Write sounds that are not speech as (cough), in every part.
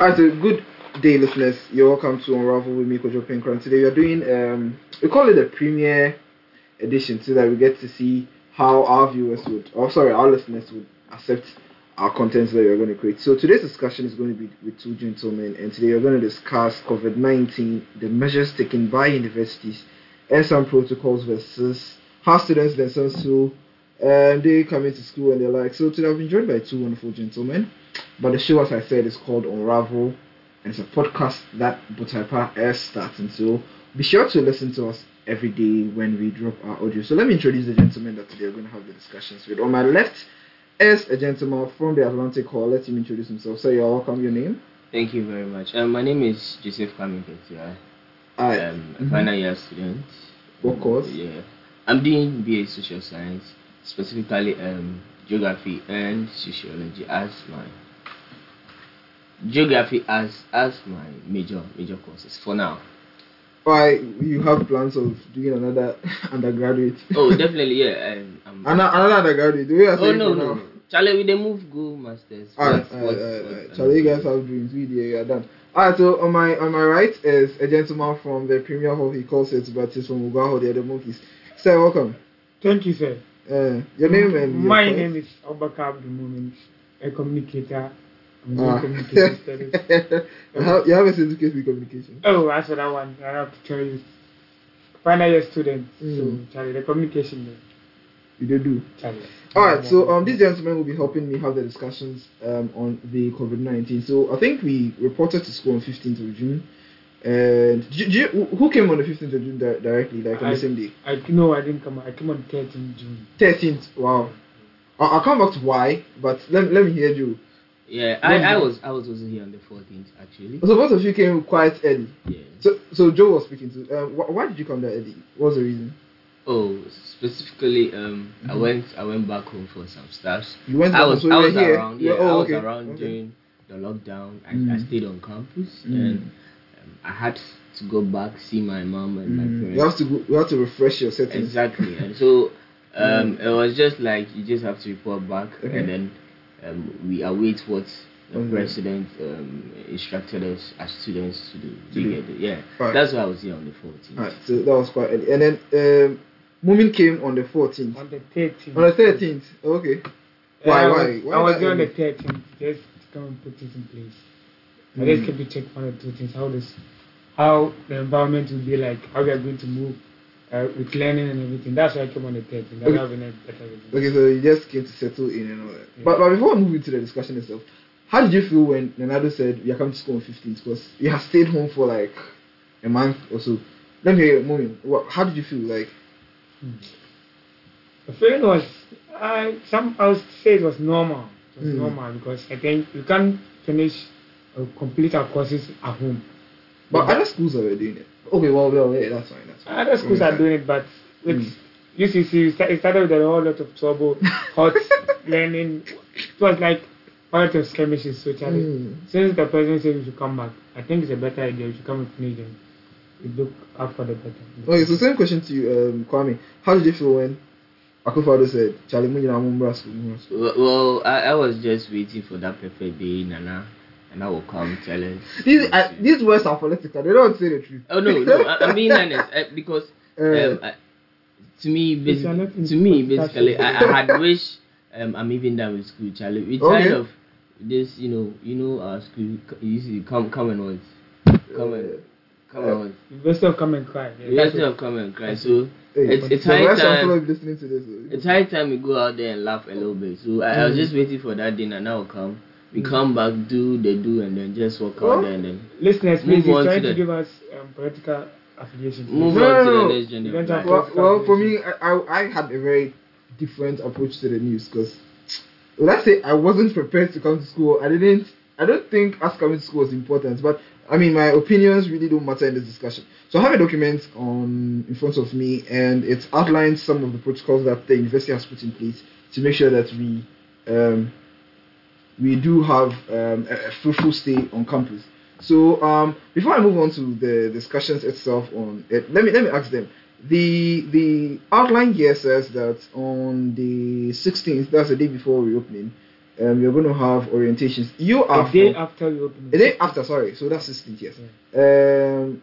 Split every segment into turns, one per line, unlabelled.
Alright, so good day, listeners. You're welcome to Unravel with me, Kojo Pinkron. Today we are doing, um, we call it a premiere edition so that we get to see how our viewers would, or sorry, our listeners would accept our contents that we are going to create. So today's discussion is going to be with two gentlemen, and today we're going to discuss COVID 19, the measures taken by universities, and some protocols versus how students themselves who um, they come into school and they're like, so today I've been joined by two wonderful gentlemen. But the show, as I said, is called Unravel, and it's a podcast that Butaipa Air starts. And so be sure to listen to us every day when we drop our audio. So let me introduce the gentlemen that today are going to have the discussions with. On my left is a gentleman from the Atlantic Hall. Let him introduce himself. So you're welcome. Your name?
Thank you very much. Um, my name is Joseph Kamiketia.
I.
I'm a final year student.
Mm-hmm. What course?
Yeah. I'm doing BA Social Science, specifically um, Geography and Sociology as my Geography as as my major major courses
(laughs)
for now.
Why you have plans of doing another (laughs) undergraduate?
Oh, definitely yeah. Um, I'm,
Ano- another undergraduate. The way I say
oh
it
no
for now.
no. no. Charlie, we they move go masters.
Alright, alright,
What- what-
alright,
what- um,
alright. uh, Charlie, you guys have dreams. We there, you are done. Alright, so on my on my right is a gentleman from the Premier Hall. He calls it, but he's from Ugaho, the other monkeys. Sir, welcome.
Thank you, sir.
Uh, your name and your
My
voice?
name is Obaka Abdul Moment, a communicator. I'm
Ah. (laughs)
a communication studies.
You have- you have a certificate in communication.
Oh, that's that one. I have to tell you. Final year student.
Mm.
So, Charlie, the communication, there,
You do do.
Charlie.
All right, so um, these gentlemen will be helping me have the discussions um, on the COVID nineteen. So I think we reported to school on fifteenth of June, and do, you- do you, who came on the fifteenth of June di- directly, like on
I-
the same day?
I no, I didn't come. I came on 13 June.
Thirteenth. Wow. I, I'll come back to why, but let, let me hear you.
Yeah, I, I
Wonderful.
was I was also here on the 14th actually.
So both of you came quite early.
Yeah.
So so Joe was speaking to. Um, wh- why did you come there early? What was the reason?
Oh, specifically, um, I went I went back home for some stuff.
Mm-hmm. You went.
I
down,
was
so you
I
were
was
here.
around
You
yeah,
were- oh,
I was
okay,
around
okay.
during the lockdown. I, I
Mm.
stayed on campus
Mm.
and um, I had to go back see my mom and
Mm,
my
You have
parents.
to go, you have to refresh your settings.
Exactly, and so um, it was just like you just have to report back
Mm. Okay.
and then um, we await what the
Okay.
president um, instructed us as students to do.
To
You
do.
get it? Yeah,
Alright.
that's why I was here on the 14th.
Alright, so that was quite early. And then um, Mumin came on the 14th.
On the 13th.
On the 13th, okay.
Uh,
Why, why?
I was-
Why
I was
that
there on the
early?
13th. Just to come and put things in place. I
Mm.
just came to check one or two things. How this, how the environment will be like. How we are going to move uh, with learning and everything. That's why I came on the 13th. That's
Okay.
how we learned better reason.
Okay, so you just came to settle in and all that.
Yeah.
But, but before we move into the discussion itself, how did you feel when Leonardo said you are coming to school on 15th? Because you have stayed home for like a month or so. Let me hear you, Mumin. What, how did you feel? Like,
Hmm. The feeling was, I some I would say it was normal. It was
Mm.
normal because I think you can't finish or complete our courses at home.
but
Yeah.
other schools are doing it. Okay, well, well, yeah, that's fine. That's fine.
Other Ah, schools
Mm.
are doing it, but with
Mm.
UCC, it sta- it started with a whole lot of
(laughs)
trouble, hot learning. It was like a lot of skirmishes. So Charlie,
Mm.
since the president said we should come back, I think it's a better idea. We should come with Canadian. We look out for the better.
Okay, so same question to you, um, Kwame. How did you feel when Akufado said, Charlie Munyina Mumbra School? Mumbra School?
Well, well I, I was just waiting for that perfect day, Nana, and I will come tell us.
These,
what
uh,
to-
these words are political, they don't say the truth.
oh no, no, I, I'm being honest uh,
(laughs)
because
Uh,
um, I, to me,
If you are not in
basically, to me,
political
basically,
shit.
I, I
(laughs)
had wished um, I'm even done with school, Charlie. We tired
Okay.
of this, you know, you know, our school. c- You see, come, come and what, come
uh,
and come and what.
Instead of come and cry.
We have to have come and cry. So
Hey,
It's-
but
it's
the
high
Russian
time.
fellow is listening to this. so-
It's high time we go out there and laugh a little bit. So I, I was
Mm.
just waiting for that dinner. Now come, we come back, do the do, and then just walk
Oh.
out there and then
Listeners,
Move
please, you're
on
trying
to
to
the-
give us um, political affiliation.
move
No, no,
on to
no.
the next
You don't
gender.
have
Right.
Well, well, for me, I, I, I had a very different approach to the news because, let's say, I wasn't prepared to come to school. I didn't. I don't think us coming to school was important, but I mean, my opinions really don't matter in this discussion. So I have a document on in front of me, and it outlines some of the protocols that the university has put in place to make sure that we um, we do have um, a, a fruitful stay on campus. So um, before I move on to the discussions itself on it, let me let me ask them. The the outline here says that on the 16th, that's the day before reopening, um, you're going to have orientations. You
The
are
day
from-
after we open
the day after, sorry. So that's 16th, yes. Um,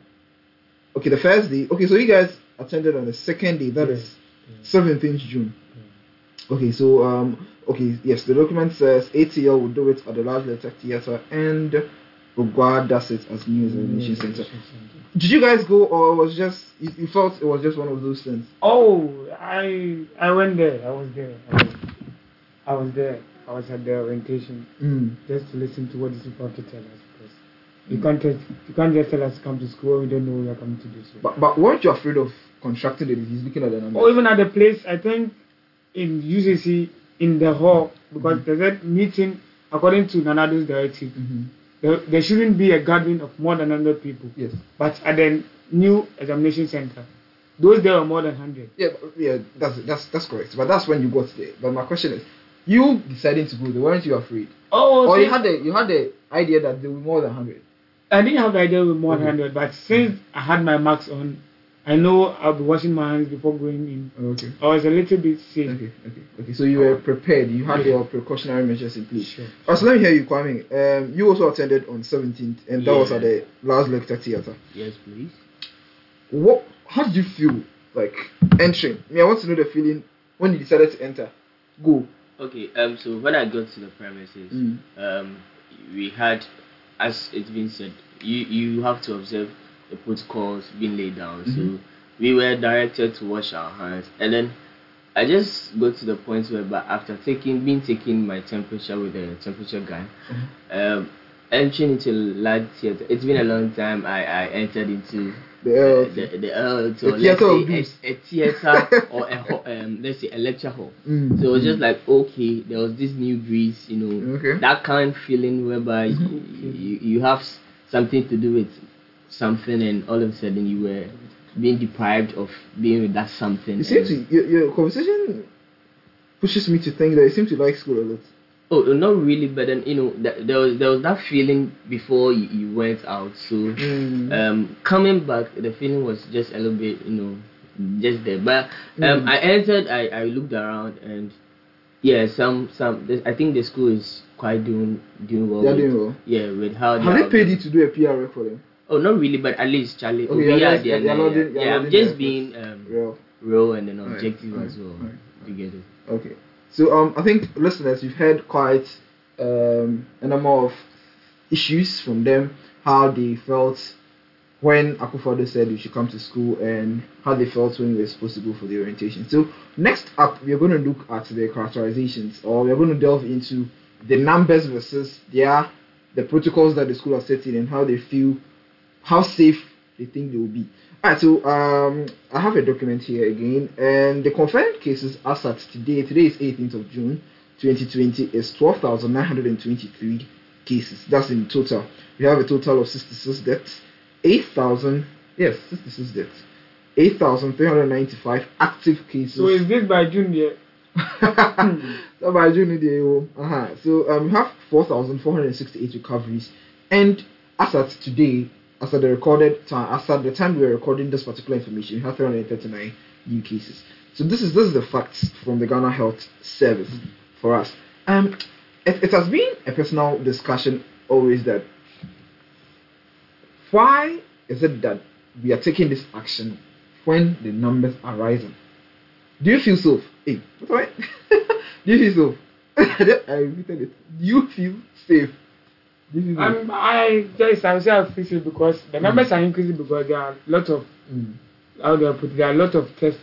okay, the first day. Okay, so you guys attended on the second day. That
Yeah,
is
yeah.
17th June. Okay, so um, okay, yes, the document says ATL will do it at the Large Letter Theatre and Ogwa does it as News Elimination Center. Did you guys go or was just you, you felt it was just one of those things?
Oh, I I went there. I was there. I was, I was there. I was at the orientation
Mm.
just to listen to what the people have to tell us. Because
Hmm.
you can't just you can't just tell us to come to school. We don't know what you're coming to do. So.
But but weren't you afraid of contracting the disease? Looking at the
or
numbers.
even at the place I think in UCC in the hall because there's a meeting according to Nanado's directive.
hmm
There, there shouldn't be a gathering of more than 100 people.
Yes.
But at the new examination center, those there were more than 100.
Yeah, but- yeah, that's that's that's correct. But that's when you got there. But my question is, you deciding to go there, weren't you afraid?
Oh,
Or you
since-
had the you had the idea that there were more than hundred.
I didn't have the idea with more than 100, but since I had my marks on, I know I'll be washing my hands before going in.
Okay.
I was a little bit safe.
Okay, okay, okay. So you were prepared. You had your precautionary measures in place.
Sure.
Alright, so let me hear you, Kwame. Um, you also attended on 17th, and that was at the last lecture theater.
Yes, please.
What? How did you feel like entering? I mean, I want to know the feeling when you decided to enter. Go.
Okay, um, so when I got to the premises,
Mm.
um, we had, as it's been said, you you have to observe the protocols being laid down.
Mhm.
So we were directed to wash our hands, and then I just got to the point where, but after taking being taking my temperature with the temperature gun,
Mm-hmm.
um, entering into large theater. It's been a long time. I I entered into
The, uh,
the the, uh,
The theater of
let's say a, a
(laughs)
theater or a ho- um, let's say a lecture hall.
Mm.
So it was just like okay, there was this new breeze, you know,
Okay.
that kind of feeling whereby
Mm-hmm.
you, you you have s- something to do with something, and all of a sudden you were being deprived of being with that something.
You seem
and-
to your, your conversation pushes me to think that you seem to like school a lot.
Oh, not really, but then you know, th- there was there was that feeling before you, you went out. So,
Mm.
Uh, um, coming back, the feeling was just a little bit, you know, just there. But um,
Mm.
I entered, I, I looked around, and yeah, some some. I think the school is quite doing doing well.
They are
with,
doing well.
Yeah, with how
Have
they
they paid you to do a PR rec for them?
Oh, not really, but at least Charlie.
Okay,
oh,
you're
yeah,
just-
they're
you're
there,
loading-
yeah.
you're
Yeah, I'm
loading
just
the
being um,
Real.
real and then
Alright,
objective
alright,
as well.
alright,
You get it.
Okay. So um, I think listeners, you've heard quite um, a number of issues from them, how they felt when Akufado said we should come to school and how they felt when we were supposed to go for the orientation. So next up, we're going to look at the characterizations, or we're going to delve into the numbers versus their the protocols that the school are setting and how they feel, how safe they think they will be. Alright, so um, I have a document here again, and the confirmed cases as at today. Today is 18th of June, 2020. Is 12,923 cases. That's in total. We have a total of 66 deaths, 8,000 yes, 66 deaths, 8,395 active cases.
So is this by June yet?
(laughs) so by June they will- uh-huh. So um, we have 4,468 recoveries, and as at today, as at the recorded time, as at the time we were recording this particular information, we have 339 new cases. So this is this is the facts from the Ghana Health Service for us. Um, it, it has been a personal discussion always that why is it that we are taking this action when the numbers are rising? Do you feel safe? Hey, what's all right? (laughs) Do you feel safe? I repeated it. Do you feel safe? Do you feel safe?
Um, I just I would say I fix it because the numbers are increasing because there are a lot of
Mm.
how do I put it? There are a lot of tests.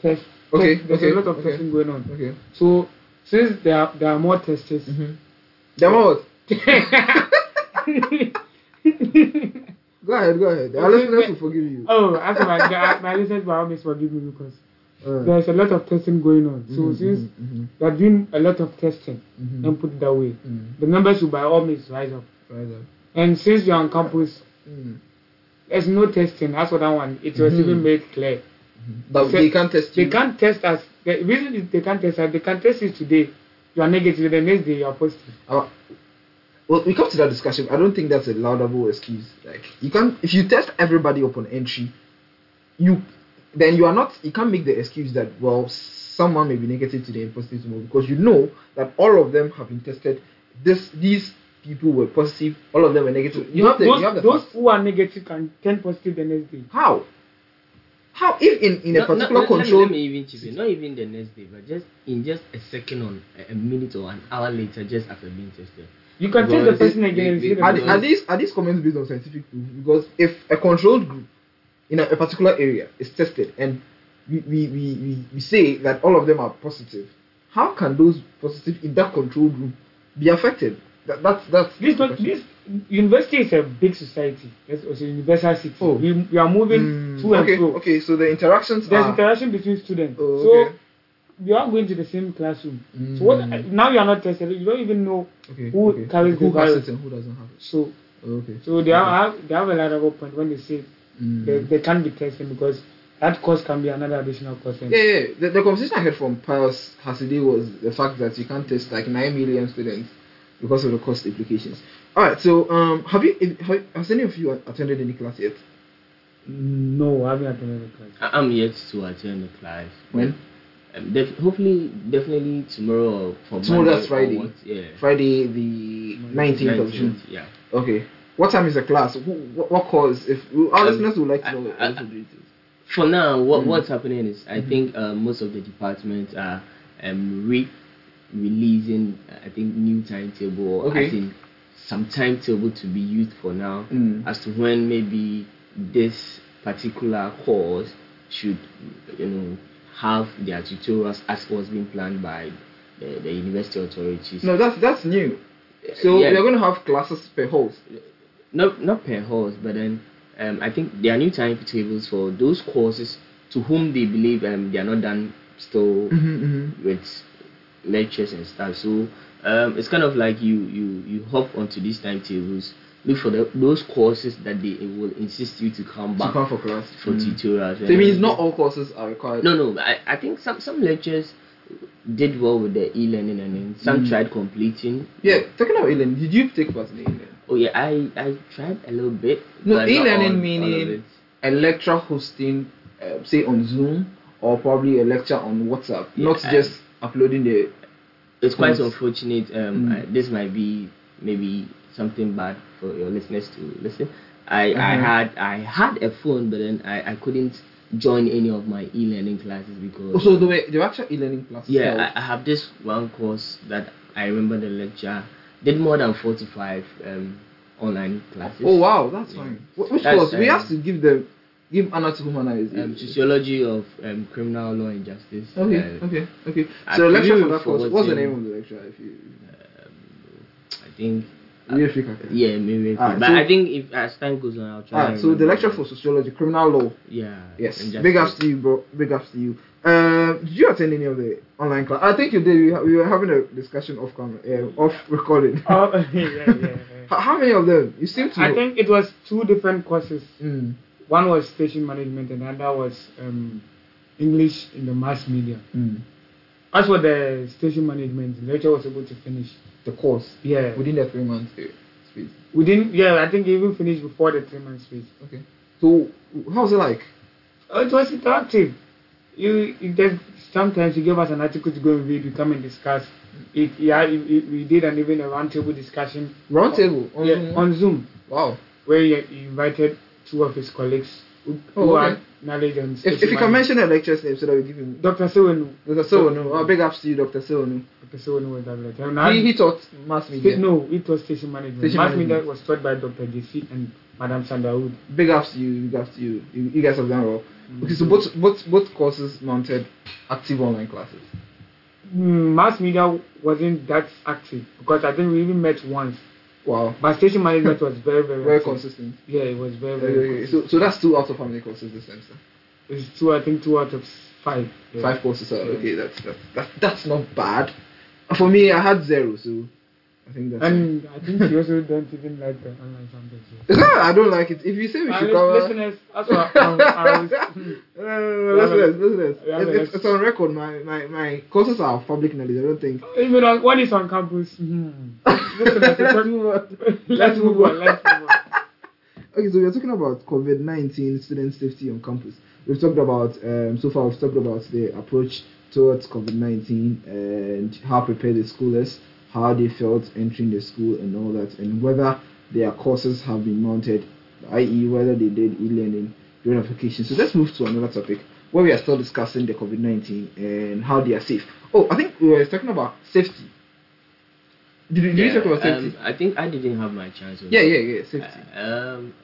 Test,
Okay,
test- there's
okay,
a lot of
okay.
testing going on.
Okay.
So since there are, there are more testers,
Mm-hmm. Demot, (laughs) go ahead, go ahead. Our
Okay,
listeners
but-
will forgive you.
oh, as my my- my listeners will always forgive me because
Uh,
there's a lot of testing going on. So
mhm,
since
mhm,
they are doing a lot of testing,
mhm, mhm,
and put it that way,
mhm.
the numbers will by all means rise up.
Right on.
And since we are on campus,
Mm.
there's no testing. That's what I want. It was
Mhm.
even made clear.
But
So
Oh, they can't test you.
They can't test us. The reason is they can't test us. They can test you today. You are negative. The next day you are positive.
Uh, well, we come to that discussion. I don't think that's a laudable excuse. Like you can't if you test everybody upon entry, you then you are not you can't make the excuse that well someone may be negative today and positive tomorrow because you know that all of them have been tested. This these people were positive, all of them were negative. You have the
those,
you have the
those
facts.
who are negative can turn positive the next day.
how how if in in a
Not-
particular
not- let me-
control
Let me, even chip in. Not even the next day, but just in just a second on a- a minute or an hour later, just after being tested.
You can test the
Because
person
they-
again and
they-
see
they-
the
are, the-
person.
are these are these comments based on scientific proof? Because if a controlled group in a, a particular area is tested and we, we, we, we, we say that all of them are positive, how can those positive in that control group be affected? That, that's that's
this not this university is a big society. It's also universal city.
Oh.
We, we are moving
Mm,
to and
okay,
fro.
okay. So the interactions
There's
are
interaction between students.
Oh,
so
okay.
we are going to the same classroom. So what now you are not tested, you don't even know
Mm. okay,
who
okay.
carries
who
the
has it
virus.
and who doesn't have it.
so
Oh, okay.
so they have have they have a laudable point when they say
Mm.
they, they can't be tested because that cost can be another additional cost. And
Yeah, yeah. The, the conversation I heard from Pius Hasidé was the fact that you can't test like nine million students because of the cost implications. All right. So, um, have you if- have, has any of you attended any class yet?
No, I haven't attended the class.
I, I'm yet to attend the class.
When?
Um, def- hopefully, definitely tomorrow or for
Tomorrow,
Monday
that's
or
Friday.
what- yeah.
Friday, the nineteenth of June.
19th, Yeah.
Okay. What time is the class? Who, what, what course? If our
Um,
listeners would like to
I-
know,
I-
what would it is.
For now, what
Mm.
what's happening is I think uh, most of the departments are um, re releasing uh, I think new timetable or
Okay.
I think some timetable to be used for now
Mm.
as to when maybe this particular course should you know have their tutorials as was being planned by the, the university authorities.
No, that's that's new. So
Yeah.
we're going to have classes per host.
not not per horse, but then um, I think there are new timetables for those courses to whom they believe um, they are not done still
Mm-hmm,
with lectures and stuff. So um, it's kind of like you you you hop onto these timetables, look for the, those courses that they will insist you to come
To
back
come for class.
for
Mm.
tutorials.
So it means not all courses are required.
No, no. I, I think some some lectures did well with the e-learning, and then some
Mm.
tried completing.
Yeah, talking about Elen, did you take part in Elen?
Oh yeah, I I tried a little bit.
No,
but not
e-learning
all- all of
meaning
it.
a lecture hosting, uh, say on Zoom or probably a lecture on WhatsApp,
Yeah,
not
I-
just uploading the.
it's quite
Yes.
unfortunate. Um,
Mm.
I- this might be maybe something bad for your listeners to listen. I, I
Mhm.
had I had a phone, but then I, I couldn't join any of my e-learning classes because
Oh, so there were there were actual e-learning classes. Oh. held.
yeah I, I have this one course that I remember the lecture did more than forty five um, online classes.
oh wow, that's
Yeah.
fine. Wh- Which
That's,
course? we
um,
have to give them, give Anna to whom Anna is.
Um,
is-
sociology of um, criminal law and justice.
Okay,
Uh,
okay, okay.
I
So a lecture for
believe
that
for
course. What's the
what
name
you-
of the lecture? If you,
I think.
we if you can-
Yeah, maybe.
Ah,
but
so-
I think if as time goes on, I'll try.
Alright,
and
so the
remember.
lecture for sociology, criminal law.
Yeah.
Yes.
and
Big
justice.
ups to you, bro. Big ups to you. Um, did you attend any of the online class? I think you did. We, ha- we were having a discussion off camera, uh, off recording. H-
(laughs) Oh, yeah, yeah, yeah.
how, many of them? You seem to.
I think it was two different courses.
Mm.
One was station management, and another was um, English in the mass media.
Mm.
As for the station management, the lecturer was able to finish.
The course
Yeah,
within the three months uh, space.
we didn't. Yeah, I think he even finished before the three months phase.
Okay. So how was it like?
Oh, it was interactive. You, you just sometimes you give us an article to go and read. We come and discuss. It, yeah, it, it, we did an even a roundtable discussion
Roundtable on
yeah,
Zoom?
on Zoom,
Mm. wow.
where he, he invited two of his colleagues who, who
Oh,
are
okay.
knowledge and
If, if you can
management.
mention the lecturer's name so that we give him.
Dr. Sewenu.
Dr. Sewonu. Oh, big ups to you, Dr. Sewonu.
Dr. Sewenu was that lecturer. Now,
He, he taught mass
sta-
media.
No, it was station management.
Station
Mass
management.
media was taught by Dr. JC and Madam Sandawood.
Big ups to you. Big ups to you. You, you guys have done well.
Mm.
Okay, so both both both courses mounted active online classes.
Mm, mass media wasn't that active because I think we even met once.
Wow.
But
(laughs)
station management was very, very
Very
active.
consistent.
Yeah, it was very,
Okay,
very
okay,
consistent.
So, so that's two out of how many courses this semester?
It's two, I think, two out of five. Yeah.
Five courses. So
Yeah.
okay, that's that's that, that's not bad. For me, I had zero, so I think that's.
And I think you also don't even like the online
(laughs)
samples.
it. It's not- I don't like it. If you say we should cover,
listeners, that's what I was.
(laughs) No, no, no, no,
We have
listeners, listeners,
we have
It's-
an
it's,
ex-
it's on record. My, my my courses are public knowledge. I don't think.
Even on, when it's on campus, hmm. (laughs) listeners,
Let's
because-
move on. (laughs)
let's move on. Let's move on.
Okay, so we're talking about COVID nineteen student safety on campus. We've talked about um, so far. We've talked about the approach towards COVID nineteen and how prepared the school is, how they felt entering the school, and all that, and whether their courses have been mounted, i.e., whether they did e-learning during application. So let's move to another topic where we are still discussing the COVID nineteen and how they are safe. Oh, I think we were talking about safety. Did, did we
Yeah,
talk about
um,
safety?
I think I didn't have my chance. with
yeah,
it.
yeah, yeah, safety.
Um,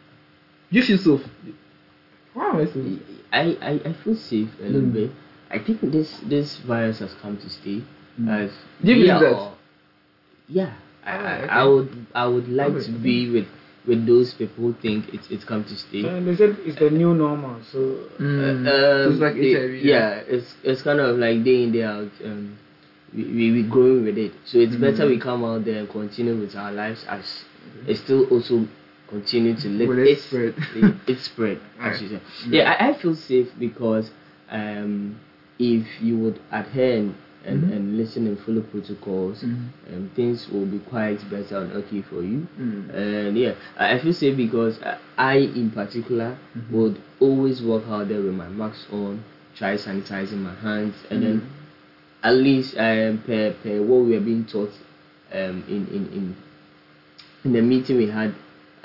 you feel safe. Why am I so?
um, I, I, I feel safe a little
Mm.
bit. I think this this virus has come to stay.
Mm.
As
Do you
we
believe
are
that?
all- yeah, I,
Ah,
I,
okay.
I would I would like
Okay,
to
okay.
be with with those people who think it's it's come to stay.
And they said it's the new normal. So
Mm.
Uh,
it's like
they-
HIV.
Yeah, it's it's kind of like day in day out. Um, we we we growing with it, so it's
Mm.
better we come out there and continue with our lives as it's still also continue to live
With it
its
spread. (laughs)
it- (laughs) its spread.
Alright.
as you said. Yeah, I, I feel safe because um, if you would adhere and and,
Mhm.
and listen and follow protocols,
Mhm.
um, things will be quite better and okay for you.
Mm.
And yeah, I I feel safe because I- I, in particular,
Mhm.
would always walk out there with my mask on, try sanitizing my hands, and then at least um, per, per what we are being taught um, in, in, in in the meeting we had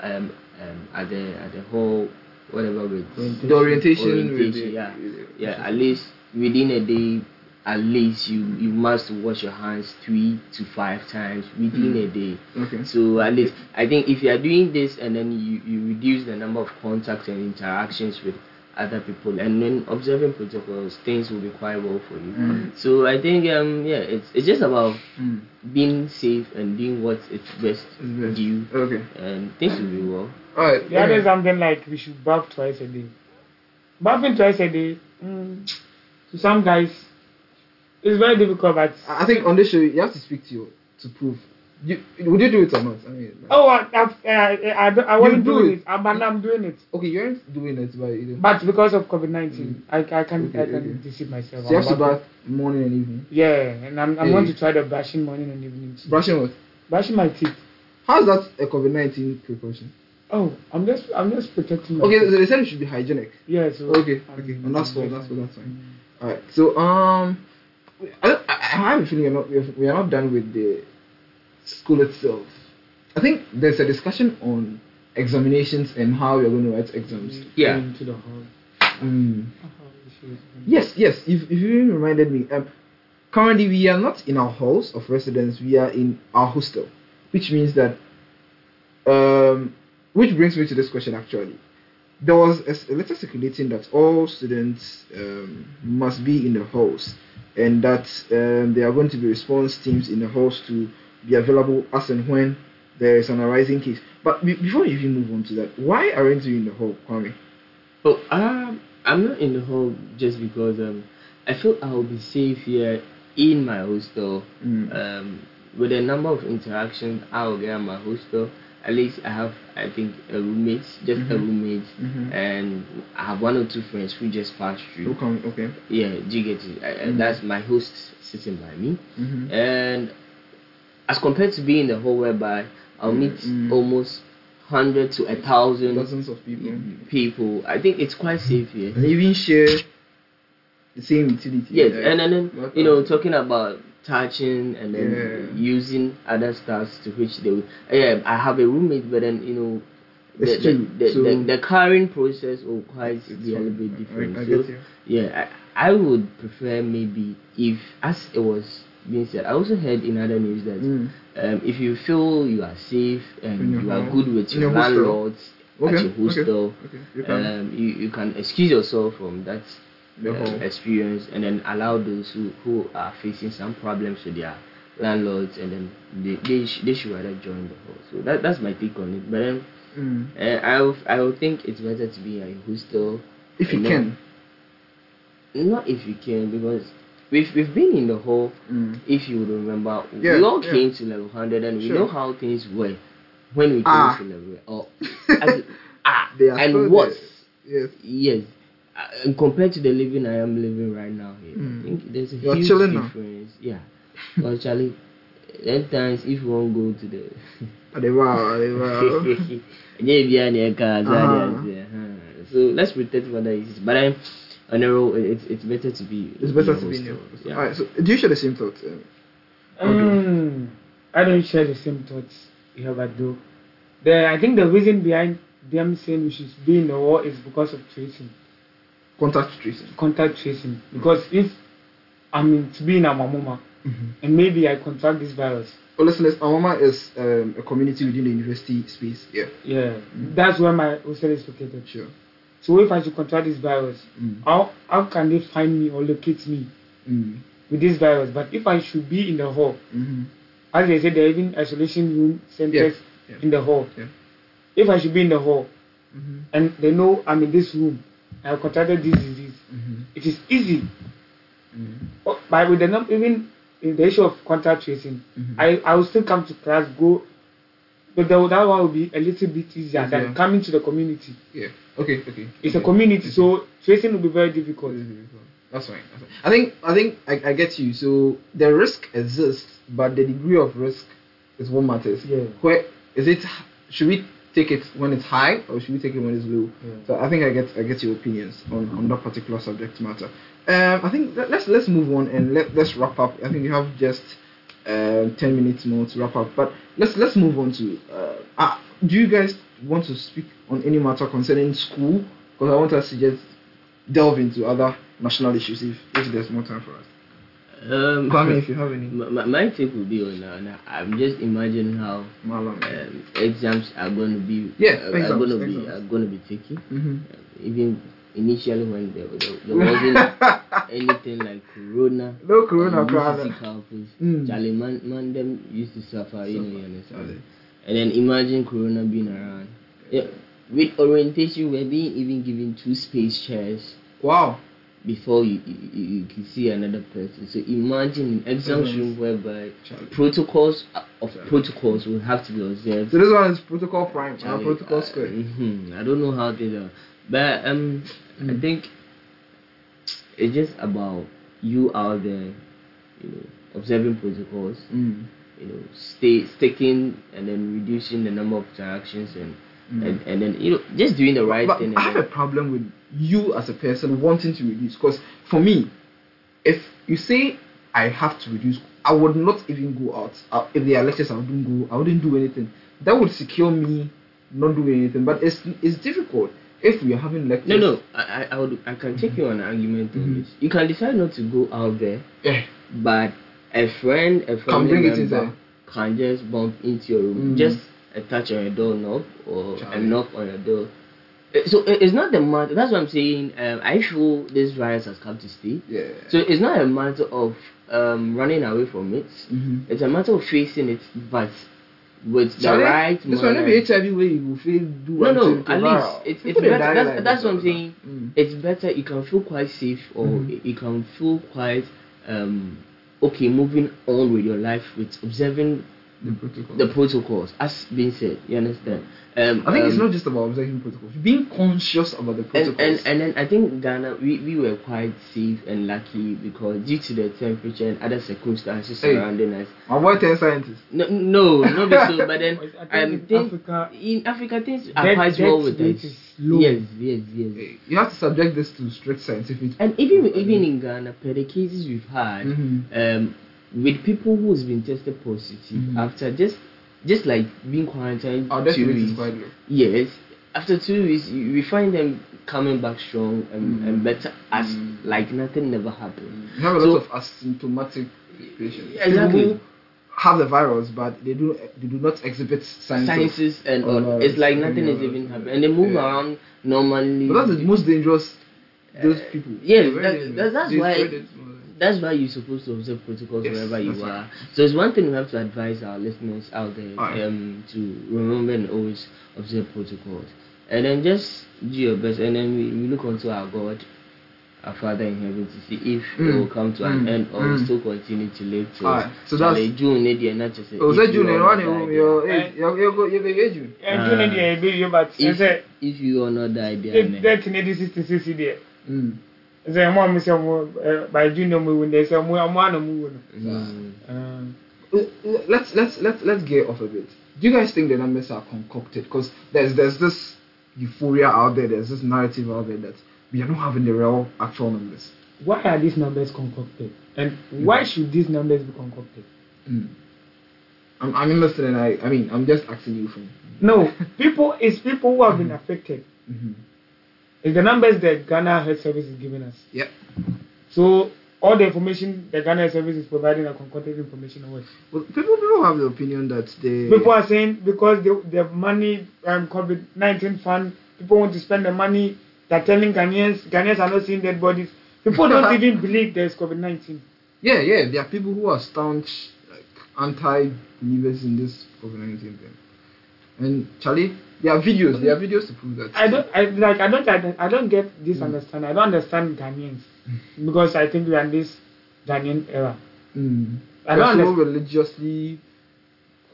um, um, at the at the hall, whatever we
the orientation, with the,
orientation, yeah. yeah, at least within a day, at least you you must wash your hands three to five times within a day.
Okay.
So at least I think if you are doing this and then you, you reduce the number of contacts and interactions with other people and then observing protocols, things will be quite well for you.
Mm.
So I think um yeah, it's it's just about
Mm.
being safe and doing what it's best
It's best.
do
Okay.
and things will be well.
All right.
the other is something like we should bath twice a day. Bathing twice a day, mm, to some guys, it's very difficult. But
I I think on this show you have to speak to you to prove. You would you do it or not? I mean, like,
oh, I I, I, I, don't- I
You
wasn't
do
doing
it.
it. I'm, but now I'm doing it.
okay, you aren't doing it, but you don't.
But because of COVID nineteen, I, I
Mm.
can
Okay,
I can
okay.
deceive myself.
So you
I'm
have to
bathing.
bath morning and evening.
Yeah, and I'm, I'm
Yeah,
going
you-
to try the brushing morning and evening. too.
Brushing what?
Brushing my teeth.
How's that a COVID nineteen precaution?
Oh, I'm just I'm just protecting.
Okay, so
myself.
they said it should be hygienic.
Yeah. So
Okay,
I'm-
okay, and that's all. That's all. That's fine. All right. So um, I, don't- I I have a feeling we're not we're, we are not done with the school itself. I think there's a discussion on examinations and how we're going to write exams.
Yeah.
Into the hall.
Mm.
Oh, shoot.
Yes, yes. If if you reminded me, um, currently we are not in our halls of residence. We are in our hostel, which means that, um, which brings me to this question actually. There was a, s- a letter circulating that all students um, must be in the halls, and that um, there are going to be response teams in the halls to be available as and when there is an arising case. But be- before you even move on to that, why aren't you in the hall, Kwame?
Oh, um, I'm not in the hall just because um, I feel I'll be safe here in my hostel.
Mm.
Um, with the number of interactions I'll get at my hostel, at least I have, I think, a roommate, just a
Mhm.
roommate,
Mhm.
and I have one or two friends who just passed through.
Okay. Okay.
Yeah, do you get it? I, I-
Mhm.
That's my host sitting by me.
Mm-hmm.
And as compared to being in the hall whereby I'll meet
Mm.
almost 100 to a 1,000
dozens of people
people, I think it's quite safe here.
Mm. and even share the same utility.
Yes,
like-
and, and then
what
you know
else?
talking about touching and then
Yeah.
using other stuffs to which they will. Yeah, I have a roommate, but then you know the
It's
the,
true,
the,
so-
the, the current process will quite
It's
be a little
fine.
bit different.
I, I
so,
get you.
yeah, I, I would prefer maybe if as it was being said. I also heard in other news that
Mm.
um, if you feel you are safe
In your
and you are
house.
good with
In
your,
your hostel.
landlords
Okay,
at your hostel.
Okay, you can.
Um, you, you can excuse yourself from that
The
uh,
whole-
experience and then allow those who, who are facing some problems with their landlords and then they, they, sh- they should rather join the hall. So that, that's my take on it. But then
Mm.
uh, I, will- I will think it's better to be in a hostel.
If you
and then-
can.
Not if you can, because we've, we've been in the hall,
Mm.
if you would remember,
Yeah,
we all
yeah.
came to level 100 and we
Sure.
know how things were when we came
Ah.
to level or
(laughs)
as, ah,
They are still
and what
there. Yes.
Yes. Uh, and compared to the living I am living right now here,
Mm.
I think there's a
You're
huge
chilling now.
difference. Yeah. Well, Charlie, ten times if you won't go to the
Adewa,
(laughs)
adewa.
Yeah, behind the car,
Uh-huh.
uh-huh. so let's protect what that is. But I, on a roll, it, it's it's better to be.
It's better to be
still.
new.
Yeah.
All right. So do you share the same thought? Um,
Mm, I don't share the same thoughts you ever do. The, I think the reason behind them saying we should be in the war is because of tracing,
contact tracing.
contact tracing. Because if I'm in, to be in Amamuma
Mm-hmm.
and maybe I contract this virus,
Well, listeners, Amama is um, a community within the university space. Yeah.
yeah, that's where my hostel is located.
Sure.
So if I should contract this virus,
Mm.
Uh,
how how can they find me or locate me
Mm.
with this virus? But if I should be in the hall,
hmm
as they said, there are even isolation room centers
Yeah, yeah.
in the hall.
Yeah.
If I should be in the hall,
hmm
and they know I'm in this room. I have contracted this disease.
hmm
It is easy,
hmm
Oh, but with the num- even in the issue of contact tracing,
Mhm.
I, I will still come to class, go, but the, that one will be a little bit easier
Easier.
than coming to the community.
Yeah. Okay. Okay.
It's a
Okay.
community, so tracing will be very difficult.
That's fine. That's fine. I think I think I, I get you. So the risk exists, but the degree of risk is what matters.
Yeah.
Where is it? Should we take it when it's high, or should we take it when it's low?
Yeah.
So I think I get I get your opinions on, on that particular subject matter. Um, I think let, let's let's move on and let let's wrap up. I think we have just um, ten minutes more to wrap up, but let's let's move on to. Uh, uh, do you guys want to speak on any matter concerning school? Because I want us to just delve into other national issues if, if there's more time for us.
Um,
Kwame, if you have any.
my, my, my take would be on uh, now. I'm just imagining how
Malam.
um, exams are going to be
Yeah,
uh, are
exams,
going to be
exams.
are going to be taken.
Mhm.
Even initially when there, there, there
(laughs)
wasn't anything like Corona.
no corona
on
crowd.
UCC campus.
Mm.
Charlie, man, man, them used to suffer, you know, you
Suffer.
understand. And then imagine Corona being around. Yeah, with orientation, we're being even given two space chairs
Wow.
before you you, you, you can see another person. So imagine an exam
Exams.
room whereby
Charlie.
protocols uh, of
Charlie.
protocols will have to be observed.
So this one is protocol prime and
Charlie,
protocol
uh,
square.
mhm, I don't know how they are, but um,
Mm.
I think it's just about you out there, you know, observing protocols,
Mm.
you know, stay sticking and then reducing the number of interactions and and, and then you know just doing the right
mm. but
thing.
I have
and
a
then,
problem with you as a person wanting to reduce because for me, if you say I have to reduce, I would not even go out. Uh, if there are lectures, I wouldn't go. I wouldn't do anything. That would secure me not doing anything. But it's it's difficult if we are having lectures.
no, no, I, I, I would, I can
Mm-hmm.
take you on an argument on
Mhm.
this. You can decide not to go out there,
Yeah.
but a friend, a family
Eh, bring it
member
inside.
can just bump into your room,
Mm.
just a touch on your doorknob or a
Charlie.
knock on your door. Eh, So it- it's not the matter. That's what I'm saying. Um, I feel this virus has come to stay.
Yeah.
So it's not a matter of um, running away from it.
Mhm.
It's a matter of facing it, but with the
Charlie,
right
This one
manner.
not be HIV where you will feel do
No,
one
no,
thing to
at
viral.
least it's-
People
it's
dey die
better- that's-
like
that's
that.
what I'm saying.
Mm.
it's better you can feel quite safe or
Mhm.
you can feel quite um okay moving on with your life with observing
The protocol.
the protocols as being said you understand um
I think it's
um,
not just about observing protocols. Being conscious about the protocols.
and, and and then I think Ghana we, we were quite safe and lucky because due to the temperature and other circumstances
Hey.
surrounding us
Avoid ten scientists.
no no not be so
(laughs)
but then
Because I think
um
in
think
Africa,
in Africa things are
death-
quite well
death
with
rate
us
is low.
yes yes yes
You have to subject this to strict scientific.
and even
Mm-hmm.
even in Ghana per the cases we've had
Mhm.
um, with people who's been tested positive
Mhm.
after just just like being quarantined
Our
two
death rate is
weeks.
quite low.
Yes, after two weeks, you, we find them coming back strong and,
Mhm.
and better as
Mhm.
like nothing never happened.
We have a
So-
lot of asymptomatic patients.
Yeah, exactly.
People who have the virus, but they do they do not exhibit signs. of-
Sciences and
Oh,
all,
no,
it's like
it's
nothing
really
is
not.
even happening, and they move
Yeah.
around normally.
But that's the most dangerous. Those
Uh,
people.
yeah,
They're very
that-
dangerous.
that- that's
They
why-
spread it more than-
that's why you're supposed to observe protocols
Yes,
wherever
that's
you
right.
are. So it's one thing we have to advise our listeners out there
Aye.
um, to remember and always observe protocols. And then just do your best. And then we, we look unto our God, our Father in heaven, to see if it
Mm.
will come to an
Mm.
end or
Mm.
we still continue to live till
Aye. So that's-
till June, maybe, and not just
Oh, is that
if you
June?
all
One,
not
you-
die
eh,
there.
you're
there.
eight. You're you're go- you're the age June.
I'm doing it, baby, but I
If,
said,
if you are not die there,
eh,
then-
it's 1966 there.
Mm.
I said, I'm almost by June, no, we win. They say, I'm one, I'm one.
Mm.
Um,
let's let's let's let's get off a bit. Do you guys think the numbers are concocted? Because there's there's this euphoria out there. There's this narrative out there that we are not having the real actual numbers.
Why are these numbers concocted? And why should these numbers be concocted? Hmm.
Mm. I'm, I'm listening. I, I mean, I'm just asking you from.
No, people it's people who have been affected.
Mm-hmm.
It's the numbers that Ghana Health Service is giving us.
Yep.
So all the information that Ghana Health Service is providing are concocted information away.
Well, people people have the opinion that they.
People are saying because they, they have money, um, COVID 19 fund, people want to spend the money. They're telling Ghanaians, Ghanaians are not seeing dead bodies. People don't even believe there's COVID 19.
Yeah, yeah. There are people who are staunch like, anti-believers in this COVID-19 thing. And Charlie, there are videos. There are videos to prove that.
I don't, I like, I don't, I, I don't get this understanding. I don't understand Ghanaians because I think we are in this Ghanaian era.
Mm.
I
They're
don't
so
understand.
religiously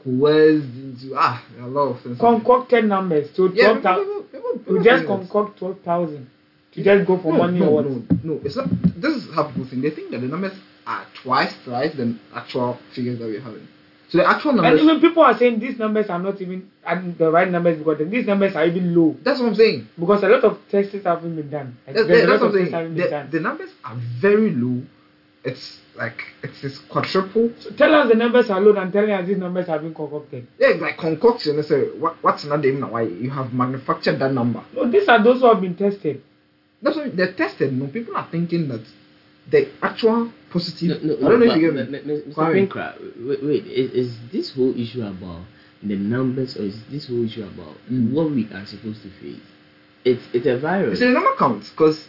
coerced into ah, there are a lot of things.
Concocted numbers. So
yeah,
12, thou-
people- people- people
we
think
just
that.
concoct 12,000 to just go for
no,
money
no,
or what?
no, no, it's not. This is how people think. They think that the numbers are twice, thrice than actual figures that we're having. So the actual
And
numbers.
even people are saying these numbers are not even are the right numbers because then these numbers are even low
that's what I'm saying.
because a lot of tests haven't been done. Like,
That's,
there's a
that's
lot
what
of
I'm
tests
saying.
haven't been
The,
done.
the numbers are very low. It's like it's, it's quadruple.
So tell us the numbers are low and telling us these numbers have been concocted.
Yeah, it's like concoction. It's a, what, what's not name now? Why you have manufactured that number?
No, these are those who have been tested.
That's what they're tested. No, people are thinking that the actual
No,
positive.
no,
I don't know
but-
if you
but-
get me.
but- but Mr.
Kwame.
Pinkra, wait, wait is, is this whole issue about the numbers or is this whole issue about
Mm.
what we are supposed to face? It's it's a virus.
See, the number counts because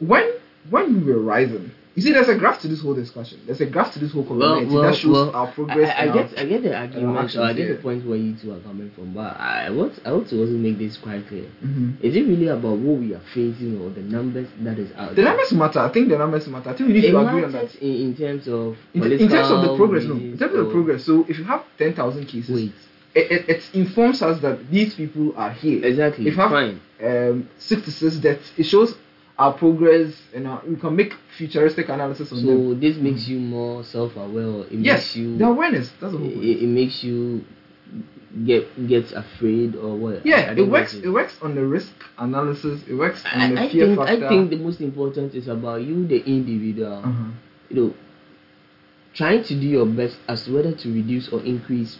when when we were rising, you see, there's a graph to this whole discussion. There's a graph to this whole community that shows our progress.
I, I,
and
I
our-
get I get the argument or I
actions,
get
yeah.
the point where you two are coming from, but I I want I want to also make this quite clear.
Mhm.
Is it really about what we are facing or the numbers that is out
The
there?
numbers matter. I think the numbers matter. I think we need
It
to agree on that.
matters in, in terms of
In, in terms of the
political
progress, no. In
reasons
terms of the
or-
progress. So if you have ten thousand cases,
Wait,
it, it, it informs us that these people are here.
exactly.
If you have
fine.
um, six to six deaths, it shows our progress and our, we can make futuristic analysis on them.
So this makes you more self-aware. or It
Yes,
makes you
the awareness. That's the whole point.
it, it makes you get get afraid or what? I- I
Yeah,
don't
it
know
works.
if
It works on the risk analysis. It works on the
I, I
fear
think
factor.
I think the most important is about you, the individual.
Uh-huh.
You know, trying to do your best as to whether to reduce or increase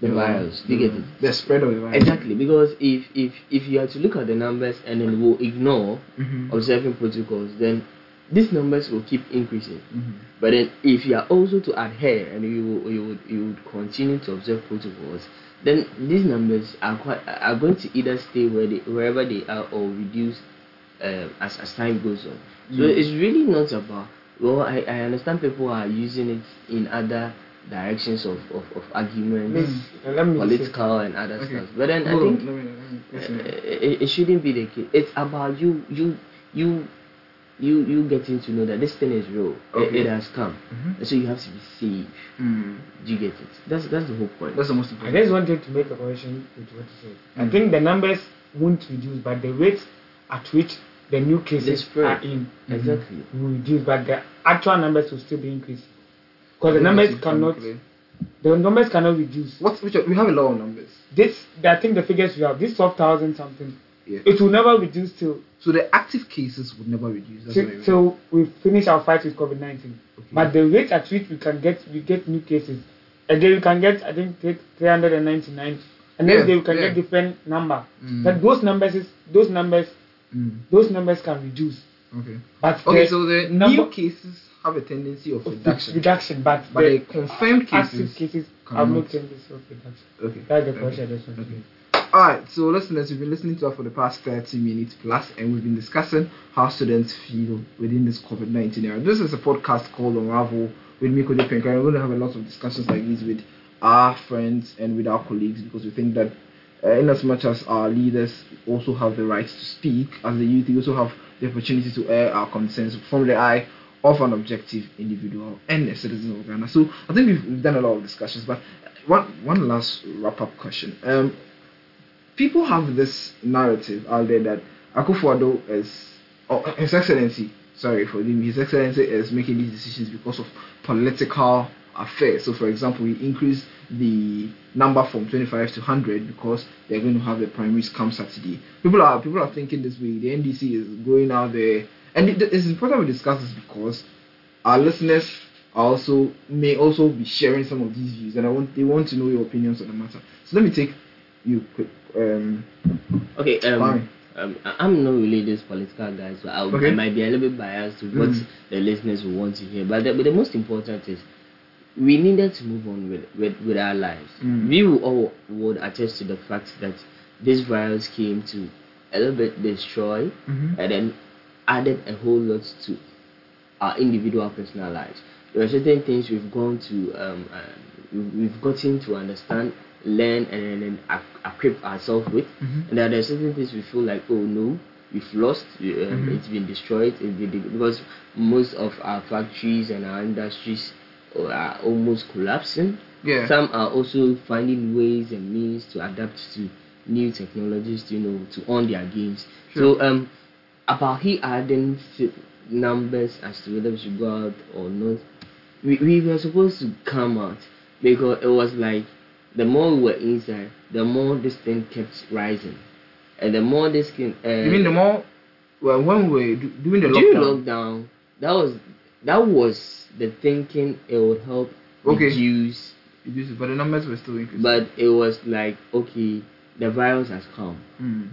the
Yeah. Mm.
virus. Do you get it?
The spread of the virus.
Exactly, because if if if you are to look at the numbers and then will ignore
Mhm.
observing protocols, then these numbers will keep increasing.
Mhm.
But then, if you are also to adhere and you will, you would you would continue to observe protocols, then these numbers are quite are going to either stay where they wherever they are or reduce um, as as time goes on. So
Mm.
it's really not about. Well, I, I understand people are using it in other directions of of, of arguments,
Miss, uh, let me say,
political and other
Mm. Okay.
stuff. But then I
Mm-hmm. Hold on,
think
let me- let me-
uh,
listen.
it, it shouldn't be the case. It's about you you you you you getting to know that this thing is real. It,
Okay.
it has come.
Mhm.
So you have to be safe.
Mm.
Do you get it? That's that's the whole point.
That's the most
I
important.
just wanted to make a correction with what you said. I
Mm.
think the numbers won't reduce, but the rate at which the new cases
spread.
are in
Exactly.
will reduce, but the actual numbers will still be increasing. Because the numbers cannot, the numbers cannot reduce.
What? Which are, we have a lot of numbers.
This, I think the figures we have, this 12,000 something,
Yeah.
it will never reduce till,
So the active cases would never reduce. That's what I
till,
mean.
till we finish our fight with COVID 19.
Okay.
But the rate at which we can get, we get new cases, and then we can get, I think, three- 399, and then
Yeah,
they- we can
yeah.
get different number.
Mm.
But those numbers, is, those numbers,
Mm.
those numbers can reduce.
Okay.
But
Okay.
the
So the
number-
new cases have a tendency of
of
reduction,
reduction, but,
but the confirmed
active
cases.
cases have no
cannot-
tendency of reduction.
Okay.
That's the
Okay.
question I just wanted to
Okay.
make.
Alright, Mm-hmm. so listeners, we've been listening to us for the past 30 minutes plus, and we've been discussing how students feel within this COVID 19 era. This is a podcast called Unravel with Miko De Pinker. We're going to have a lot of discussions like these with our friends and with our colleagues because we think that, uh, in as much as our leaders also have the right to speak, as the youth, we also have the opportunity to air our concerns from the eye of an objective individual and a citizen of Ghana. So I think we've, we've done a lot of discussions, but one, one last wrap up question. Um, people have this narrative out there that Akufo-Addo is, or His Excellency, sorry for me, His Excellency is making these decisions because of political are fair. So, for example, we increase the number from 25 to 100 because they're going to have the primaries come Saturday. People are people are thinking this way. The NDC is going out there, and it, it's important we discuss this because our listeners are also may also be sharing some of these views, and I want they want to know your opinions on the matter. So let me take you quick. Um,
Okay,
Fine.
um, um, I- I'm not really this political guy, so I'll,
Okay.
I might be a little bit biased to what
Mm.
the listeners will want to hear. But the, but the most important is we needed to move on with with, with our lives.
Mm.
We will all would attest to the fact that this virus came to a little bit destroy
Mhm.
and then added a whole lot to our individual personal lives. There are certain things we've gone to, um, uh, we've- we've gotten to understand, learn, and then ac- equip ourselves with.
Mhm.
And then there are certain things we feel like, oh no, we've lost, we- um,
Mhm.
it's been destroyed, it's been de- because most of our factories and our industries uh, are almost collapsing.
Yeah.
Some are also finding ways and means to adapt to new technologies, you know, to on their games. So um, about he adding fi- numbers as to whether we should go out or not, we, we were supposed to come out because it was like the more we were inside, the more this thing kept rising, and the more this can. Uh,
you mean the more well, when we were do- doing the
during
lockdown?
lockdown, that was that was the thinking it would help
Okay.
reduce
reduces, but the numbers were still increasing.
but it was like okay the virus has come
Mm.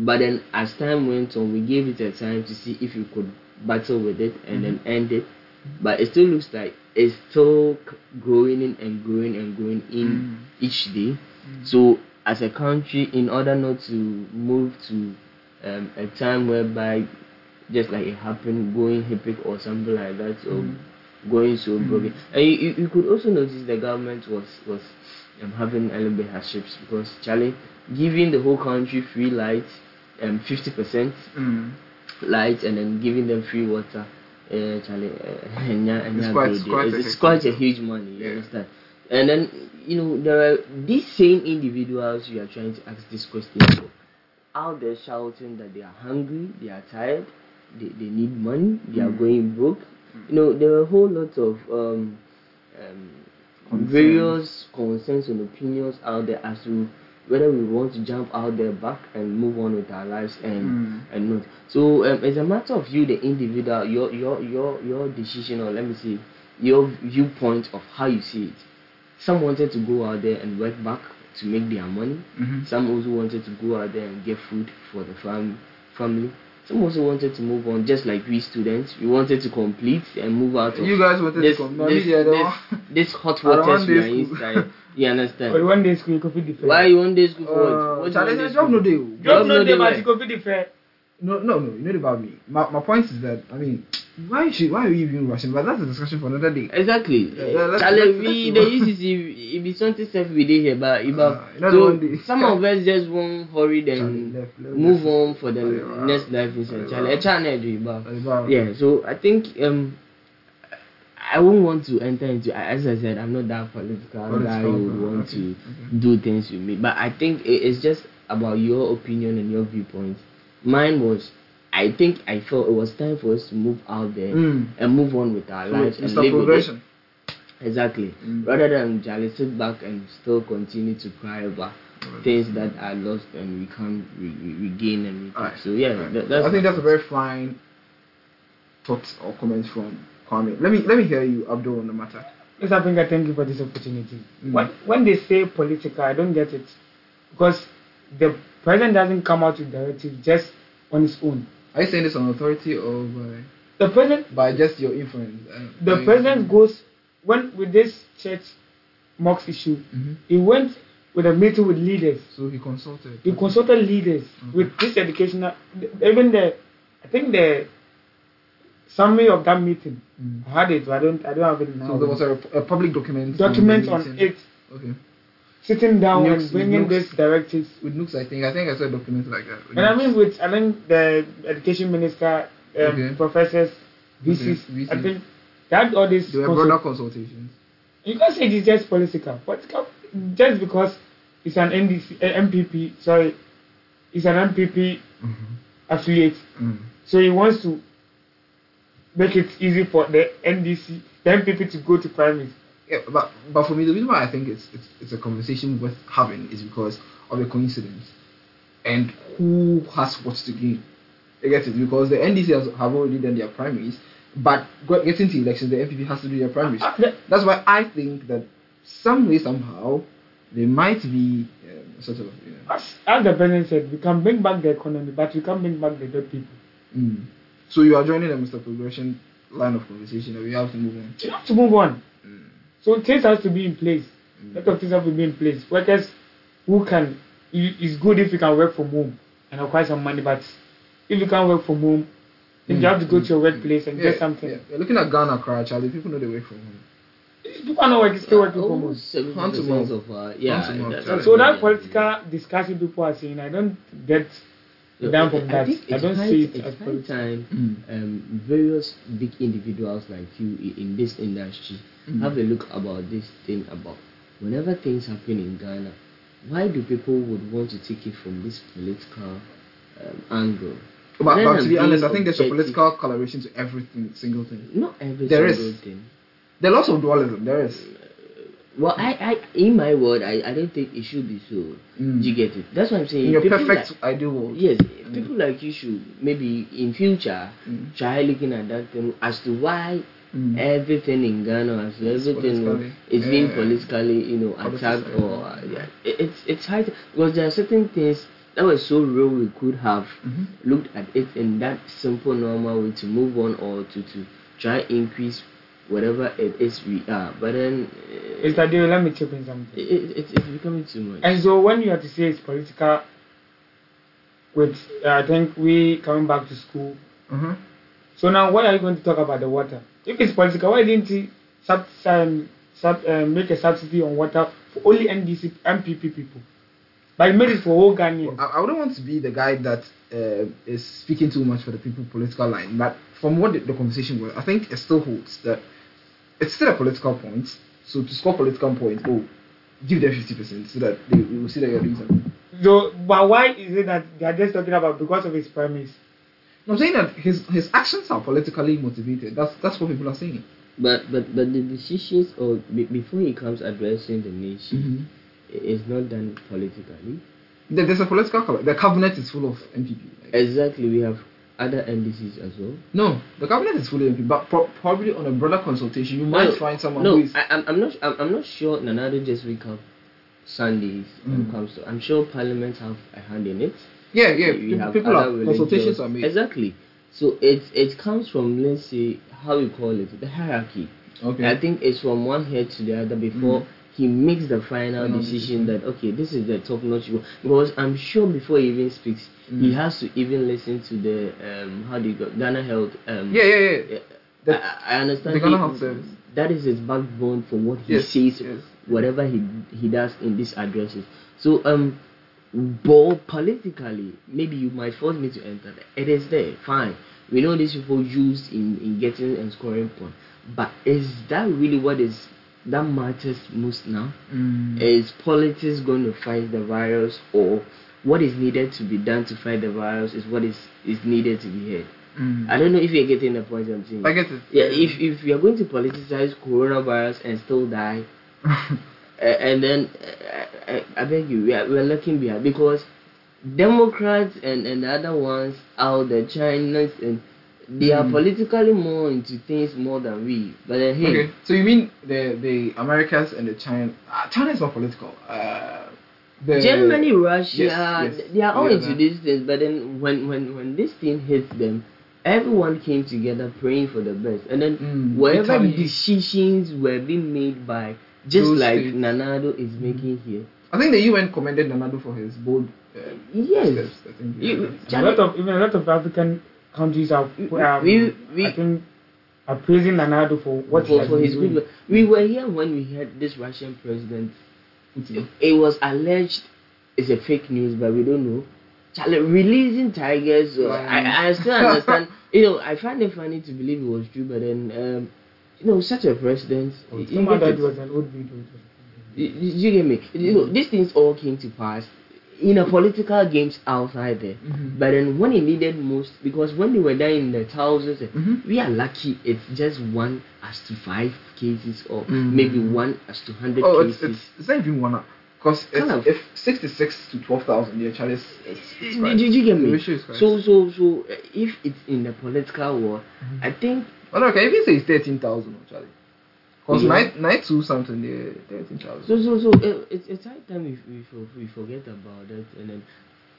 but then as time went on we gave it a time to see if you could battle with it and then end it but it still looks like it's still c- growing in and growing and growing
Mm.
in each day so as a country in order not to move to um, a time whereby just like it happened going hectic or something like that
Mm.
or going so broken and you, you, you could also notice the government was was um, having a little bit hardships because charlie giving the whole country free lights um, 50 percent
Mm.
lights and then giving them free water. Uh, Charlie, uh, (laughs) Enya- Enya
It's quite-
Grody.
quite
It's- it's
effective.
quite a huge money. You
Yeah.
understand? And then you know there are these same individuals you are trying to ask this question to out there shouting that they are hungry, they are tired, they, they need money, they
Hmm.
are going broke. You know there are a whole lot of um, um,
Concerns.
various concerns and opinions out there as to whether we want to jump out there back and move on with our lives and
Mm.
and not. So um, it's a matter of you, the individual, your your your your decision, or let me see, your viewpoint of how you see it. Some wanted to go out there and work back to make their money.
Mhm.
Some also wanted to go out there and get food for the fam- family. Some also wanted to move on, just like we students. We wanted to complete and move out of
You guys wanted
this,
to come. No,
this,
me, I don't
this, (laughs)
want-
this hot
I don't
waters
want
we are
this school.
inside. You
But
(laughs)
understand?
one day school, you could be different.
Why you want this?
Uh, Charlie, there's job no dey o.
Job no day,
where?
but you could be different.
No, no, no. You know about me. My, my point is that I mean, why should why are we even rushing? But that's a discussion for another day.
Exactly.
Yeah, yeah, let's-
Chale,
let's-
we
(laughs)
the
let's-
UCC, it be something self we dey here, but if
Ah,
I-
another one
so
(laughs) dey.
some of us just want hurry
Chale,
then
left, left,
move
left.
on for the
Chale, wow.
next life inside.
Chale,
Chale,
wow.
I try not do it, but
About
yeah. So I think um, I won't want to enter into. I- As I said, I'm not that political, guy
Political,
who would want
okay,
to
okay.
do things with me, but I think it, it's just about your opinion and your viewpoint. Mine was. I think I felt it was time for us to move out there
Mm.
and move on with our
So
lives
it's
and
a
live with it.
progression.
Exactly.
Mm.
Rather than jolly sit back and still continue to cry over things that are lost and we can't re- re- regain and recoup.
Alright.
So yeah,
Alright.
tha- that's.
I think
my-
that's a very fine thought or comment from Kwame. Let me let me hear you, Abdul, on the matter.
Mr. Africa, thank you for this opportunity.
Mm.
When, when they say political, I don't get it. Because the president doesn't come out with directive just on his own.
Are you saying this on authority or by
The president
by just your influence? Uh, I don't-
the
I-
president goes when with this church mocks issue,
Mhm.
he went with a meeting with leaders.
So he consulted.
He consulted leaders
Mhm.
with this educational even the I think the summary of that meeting.
Mm.
I had it, but I don't I don't have it now.
So there was a, a public document.
document
the
on
meeting.
it,
Okay.
sitting down
Nukes,
and bringing
nukes.
these directives
With Nooks, I think. I think I saw a document like that. with
And I
Nooks.
mean, with I think the education minister, um,
Okay.
professors,
Okay,
VCs, I
VCs.
think that all this.
They were
consult-
broader consultations.
you can't say it's just political. Political, just because it's an NDC, uh, MPP, sorry, it's an MPP affiliate,
Mm.
so he wants to make it easy for the NDC, the MPP to go to primaries.
yeah, but but for me, the reason why I think it's it's, it's a conversation worth having is because of the coincidence, and who has what to gain. You get it because the NDC has, have already done their primaries, but go- getting to elections, the MPP has to do their primaries. That's why I think that some way somehow they might be um, sort of. You know,
As, as the president said, we can bring back the economy, but we can't bring back the dead people.
mm. So you are joining the Mr. Progression line of conversation, and we have to move on.
You have to move on.
Mm.
So things has to be in place.
Mm.
Lot of things have to be in place. Workers who can, i- it's good if you can work from home and acquire some money, but if you can't work from home, if you
Mm.
have to go to your workplace and
Yeah,
get something,
yeah. You're looking at Ghana, Accra, Charlie. People know they work from home.
people are not working, still working from home.
Almost 70%
Tantamount.
of our- yeah,
Tantamount.
that- that's
So
what
that
I-
political discussion people are saying, I don't get
Yeah,
down from that.
think
I
it's
don't
high-
see it
it's
as
high
political.
time
Mm.
um, various big individuals like you i- in this industry
Mm.
have a look about this thing about whenever things happen in Ghana, why do people would want to take it from this political um, angle?
But,
Then
but
I'm
to be honest, I
being
think there's a
objective.
political coloration to everything, single thing.
Not every
There is.
single thing.
There are lots of dualism. There is.
Well, I, I, in my world, I, I don't think it should be so.
Mm.
You get it? That's what I'm saying.
In your
People
perfect
like-
ideal world.
yes, people like you should maybe in future
Mm.
try looking at that thing as to why
Mm.
everything in Ghana, as to
It's
everything
politically-
is being
yeah.
politically, you know,
Politicized.
attacked or uh, yeah, it, it's it's hard because there are certain things that were so real we could have
Mhm.
looked at it in that simple normal way to move on or to to try increase whatever it is we are. But then uh,
Mr. Deo, let me chip in
it,
something.
it, it's it's becoming too much.
And so when you have to say it's political, with I think we coming back to school.
Mhm.
So now, what are you going to talk about the water? If it's political, why didn't he sub, um, sub, um, make a subsidy on water for only NDC MPP people? But he made it for all Ghanaians.
I, I wouldn't want to be the guy that uh, is speaking too much for the people political line, but from what the, the conversation was, I think it still holds that it's still a political point. So to score political points, oh, give them fifty percent so that they we will see that you're doing something.
So, but why is it that they are just talking about because of his premise?
No, I'm saying that his his actions are politically motivated. That's that's what people are saying.
But but but the decisions or be, before he comes addressing the nation
Mm-hmm.
i- is not done politically.
There, there's a political color. The cabinet is full of MPP. Like,
Exactly, we have other NDCs as well.
no, the cabinet is full of MPP, but pro- probably on a broader consultation, you might find someone
No,
who is.
I, I'm, I'm not. I'm, I'm not sure. Nanado just wake up Sundays when
Mm.
it comes to. I'm sure Parliament have a hand in it.
yeah, yeah.
We
pe-
have
people
other
are
religious-
consultations are made.
Exactly. So it it comes from let's say how we call it the hierarchy.
Okay.
I think it's from one head to the other before
Mm.
he makes the final
Final decision.
decision that okay, this is the top notch. you want. Because I'm sure before he even speaks, he
Mm.
has to even listen to the um how do you go Ghana Health um
yeah, yeah, yeah.
yeah,
The-
I, I understand.
the Ghana
he-
Health Service.
That is his backbone for what he
Yes,
says,
yes.
whatever he he does in these addresses. So um, but politically, maybe you might force me to enter. that. It is there, fine. We know these people used in in getting and scoring point, but is that really what is that matters most now?
Mm.
Is politics going to fight the virus, or what is needed to be done to fight the virus is what is is needed to be heard?
Mm.
I don't know if you're getting the point I'm saying.
I get it.
Yeah, if if you're going to politicize coronavirus and still die, uh, and then uh, I, I beg you, we are, we are looking behind because Democrats and, and the other ones out the Chinese and they are
Mm.
politically more into things more than we. But then hey,
(laughs) okay, so you mean the the Americas and the China? Uh, China is not political. Uh, the
Germany, Russia,
yes, yes.
they are all
Yeah,
into
that-
these things. But then when, when, when this thing hits them, everyone came together praying for the best. And then
Mm,
wherever
Italy.
decisions were being made by, just
Those Mm.
like
states.
Nanado is making here.
I think the UN commended Nanado for his bold uh,
Yes.
steps. I think.
You-
a lot of even a lot of African countries are um,
We- we-
I think are praising Leonardo for what he
for,
has
for
been
his
doing.
good work. We were here when we had this Russian president.
Putin.
It was alleged it's a fake news, but we don't know. Charlie, releasing tigers. Or, I, I still
(laughs)
understand. you know, I find it funny to believe it was true, but then, um, you know, such a president.
Oh,
you- you
Somehow
get it.
that
(laughs)
was an old video.
You, you- you get me? You know, these things all came to pass. you know, political games outside there.
Mm-hmm.
But then when it needed most, because when they were there in the thousands, eh,
Mhm.
we are lucky it's just one as to five cases or
Mm.
maybe one as to hundred
Oh, it's,
cases.
it's, it's not even one because
Kind of.
if sixty six to twelve thousand, yeah, Charlie, it's- it's, it's
Did-
right.
Did you get
The
me?
ratio is correct.
So, so, so, uh, if it's in the political war,
Mm-hmm.
I think
But Oh, okay, even say it's thirteen thousand, oh, Charlie. Because
Yeah.
nine nine two something, yeah, thirteen thousand.
so. So, so, uh, it's it's high time we we, for, we forget about that and then.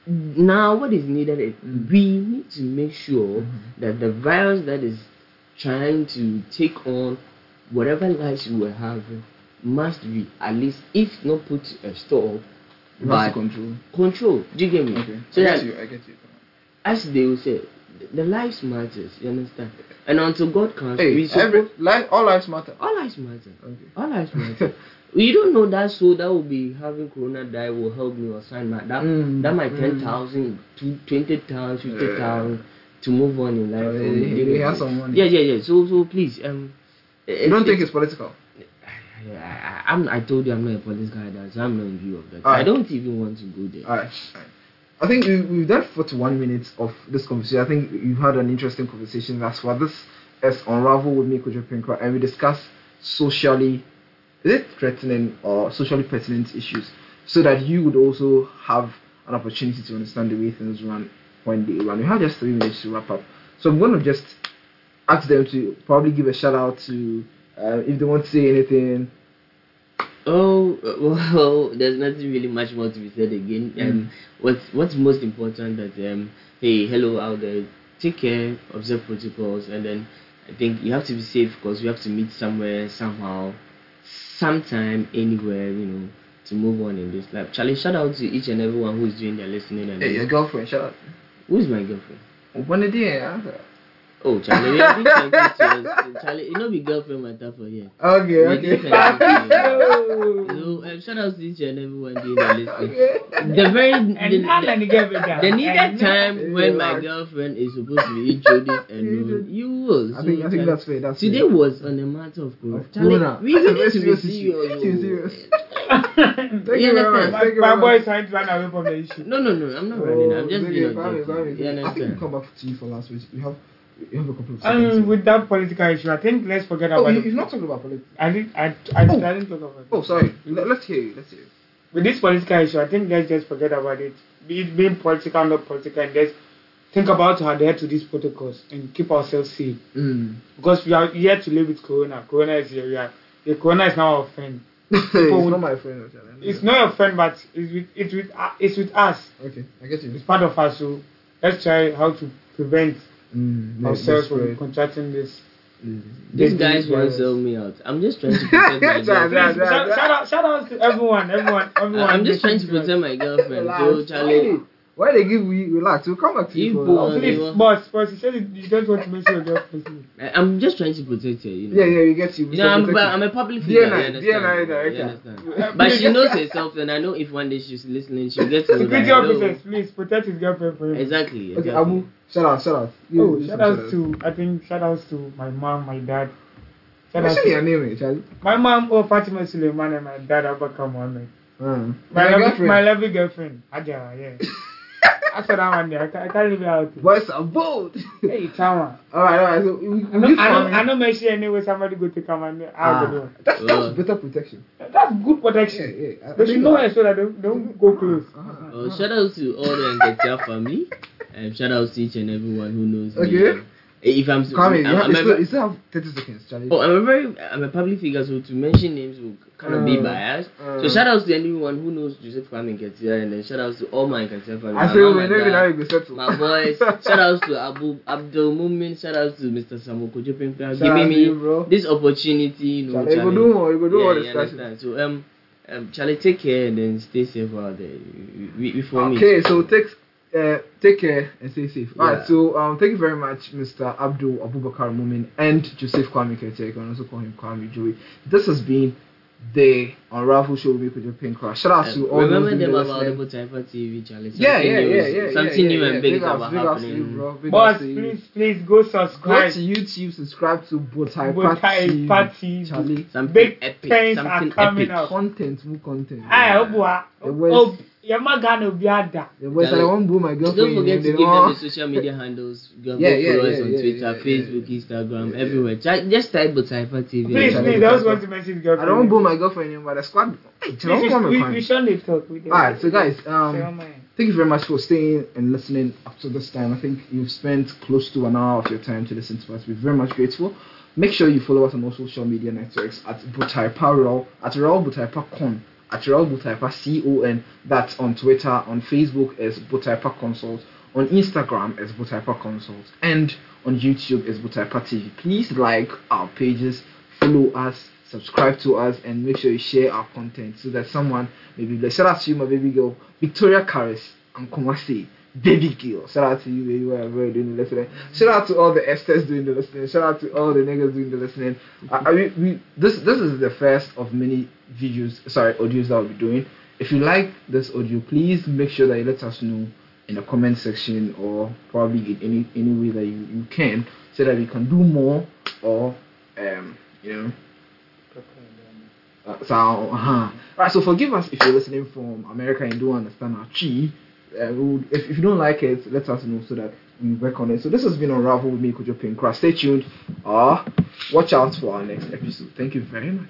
Now, what is needed is
Mm.
we need to make sure
Mm-hmm.
that the virus that is trying to take on whatever lives we were having must be at least, if not put a stop,
Mass
but
control.
control. Do you get me?
Okay,
So
I
that
get you. I get you.
as they will say, th- the lives matters. You understand? And until God comes,
Hey,
we should
every life, all lives matter.
all lives matter.
Okay.
All
(laughs)
lives matter. we don't know that soul that will be having corona die will help me or sign my that
Mm,
that my
mm.
ten thousand, two twenty thousand, fifty
Yeah.
thousand to move on in life.
Uh,
for me.
they- they have some money.
Yeah, yeah, yeah. So so please um.
You don't think it's political?
I, I, I'm, I told you I'm not a politics guy, that's- so I'm not in view of that. I
Alright.
don't even want to go there.
Alright. alright. I think we, we've done 41 minutes of this conversation. I think you've had an interesting conversation. That's why this is Unravel with me, Kojo Pinkra, and we discuss socially, is it threatening or socially pertinent issues so that you would also have an opportunity to understand the way things run when they run. We have just three minutes to wrap up. So I'm going to just ask them to probably give a shout out to uh, if they want to say anything.
Oh (laughs) uh, well, there's nothing really much more to be said again.
Mm.
Um, what's what's most important that um, hey, hello out there, take care, observe protocols, and then I think you have to be safe because we have to meet somewhere, somehow, sometime, anywhere, you know, to move on in this life. Charlie, shout out to each and everyone who's doing their listening and
Hey, your girlfriend, shout out.
who's my girlfriend.
Open the day, eh?
Oh, Charlie, we are doing something to us. Charlie, you know, be girlfriend matter for here.
Okay,
We
okay.
do something to
(laughs)
us.
Oh.
So, um, shout out to each and everyone doing their listening.
Okay.
The very
And now let
the,
me get it down.
the needed
And-
time when my
Relax.
girlfriend is supposed to be introduced and known, you will.
I think I think
So,
that's fair. That's
today
fair.
was on a matter of growth.
Of
Charlie,
Corona. (laughs)
we need to be
Serious issue.
serious.
Serious.
oh.
Thank
you
you very much.
understand?
My,
Thank you
my
very
boy
much. Oh,
is trying to run away from the issue.
No, no, no. I'm not running. I'm just being objective. You
I think we
understand?
come back to you for last week. We have Um, we have a couple of seconds.
And with that political issue, I think let's forget
oh,
about
you,
it.
you've not talked about politics.
I didn't. I, I,
Oh.
I didn't talk about it.
Oh, sorry. Let, let's hear you. Let's hear you.
with this political issue, I think let's just forget about it. Be it being political, not political, and let's think about how adhere to these protocols and keep ourselves safe.
Mm.
Because we are here to live with Corona. Corona is here. We are, the Corona is now our friend.
(laughs) it's not my friend. actually. I know
It's
that.
not your friend, but it's with it's with uh, it's with us.
Okay, I get you.
It's part of us. So let's try how to prevent
Mm, let's-
ourselves
let's
from
spread.
contracting this.
Mm.
These
this
guys
virus.
won't sell me out. I'm just trying to protect my
That's- that's-
girlfriend.
Yeah,
shout,
that-
shout out, shout out to everyone, everyone, everyone.
I'm just trying to
listening
protect
us.
my girlfriend. So
Relax.
Charlie,
Why they give we relax? We'll come back to you
You
for
boy.
last week.
Please, boss, boss, you said you don't want to mention your girlfriend.
I- I'm just trying to protect her. You know.
Yeah, yeah, we get you. We
You know, I'm,
protect
but
you.
I'm a public figure.
DNI,
you understand?
DNI
You
director.
understand? But she knows herself, and I know if one day she's listening, she'll get to know that. I
Security
know-
officers, please protect his girlfriend for him.
Exactly.
Mm. Okay,
exactly.
Abu, shout out, shout out. You-
Oh,
you
shout
shout
outs to I think shout outs to my mom, my dad. Shout out
Mention your
to
name, eh, Charlie.
my mom, oh Fatima Suleiman, and my dad Abaka Mohammed.
Mm.
My
Your
lovely,
girlfriend.
my lovely girlfriend, Aja, yeah. I said that one day. I can't, I can't leave it out.
Voice are bold.
Hey, Tama.
alright, alright. So we, we
I don't,
give
I don't,
Kwame-
I don't mention anyway. Somebody go take Tama. I'll
Ah,
go there.
that's, that's
Uh,
better protection.
That's good
Yeah,
protection.
yeah. I- I
They
think
should know
that-
it so that they don't- they don't go close.
Uh-huh.
Uh, shout out to all the Nketia family. Um, shout out to each and everyone who knows me.
Okay.
Um, If I'm,
Kwame,
I'm,
you, have,
I'm,
you, still,
a,
you still have 30 seconds, Charlie.
oh, I'm a very, I'm a public figure, so to mention names will kind of be
Uh,
biased.
uh.
so shout out to anyone who knows Joseph Kwame Nketia, and then shout out to all my Nketia family.
I
my
say, oh,
mom,
we
my
never
dad,
know we settle.
my boys. shout out to Abu Abdul Mumin. Shout out to Mr. Samoko Jopimpra
Shout out
giving
to
me
you, bro.
this opportunity. You know,
Charlie, you go do more, you go do
yeah,
all
you
the discussion.
understand. So um, um, Charlie, take care and then stay safe out there. We, we, we for me. Um,
Okay, so take, uh, take care and stay safe.
Yeah.
Alright, so um, thank you very much, Mr. Abdul Abubakar Mumin and Joseph Kwame Kete. You can also call him Kwame Joey. This has been the Unravel Show with me, Kojo Pinkra. Shout out to
Um,
all
remember
those
them
people
about
listening.
Double Typer TV, Charlie. Something
yeah, yeah,
new,
yeah,
is-
yeah,
Something
yeah,
new
yeah,
and big,
big ups,
about
big ups to you,
happening.
bro. Big
Boss,
ups to you.
please, please go
Go
subscribe.
to YouTube, subscribe to Botai
Botai
Party.
Party.
Charlie.
Something
Big
epic.
things are
Something
coming
epic.
out.
Content, more content.
Ah, Obua.
The worst.
yɛma ghana obiara da
The boys are the one boo my girlfriend.
Don't forget
and
to
they
give them
all-
the social media handles. You have
Yeah,
more
yeah,
followers
yeah,
on
yeah,
Twitter,
yeah, yeah,
Facebook, Instagram,
Yeah, yeah.
everywhere. Try, just type Botifa TV.
please
Yeah.
please i just want to mention girlfriend
I don't boo my girlfriend, but the squad. Hey,
Please,
don't come
we, we, we
and
surely talk with them.
Alright, so guys,
Say, oh,
um,
man.
thank you very much for staying and listening up to this time. I think you've spent close to an hour of your time to listen to us. We're very much grateful. Make sure you follow us on all social media networks at Butaipa Raw, at Raw Butaipa Con, at Raw Butaipa C O N. That's on Twitter, on Facebook as Butaipa Consult, on Instagram as Butaipa Consult, and on YouTube as Butaipa TV. Please like our pages, follow us, subscribe to us, and make sure you share our content so that someone may be blessed. Shout out to you, my baby girl, Victoria Karras and Kumasi. Baby girl, shout out to you, baby, wherever you're doing the listening. Shout out to all the esters doing the listening. Shout out to all the niggas doing the listening. I, I, we, we, this this is the first of many videos, sorry, audios that I'll be doing. If you like this audio, please make sure that you let us know in the comment section or probably in any any way that you, you can so that we can do more or um you know uh, so uh-huh. right so forgive us if you're listening from america and don't understand our chi uh, we would- if, if you don't like it let us know so that we work on it so this has been unravel with me kojo pinkra stay tuned uh watch out for our next episode thank you very much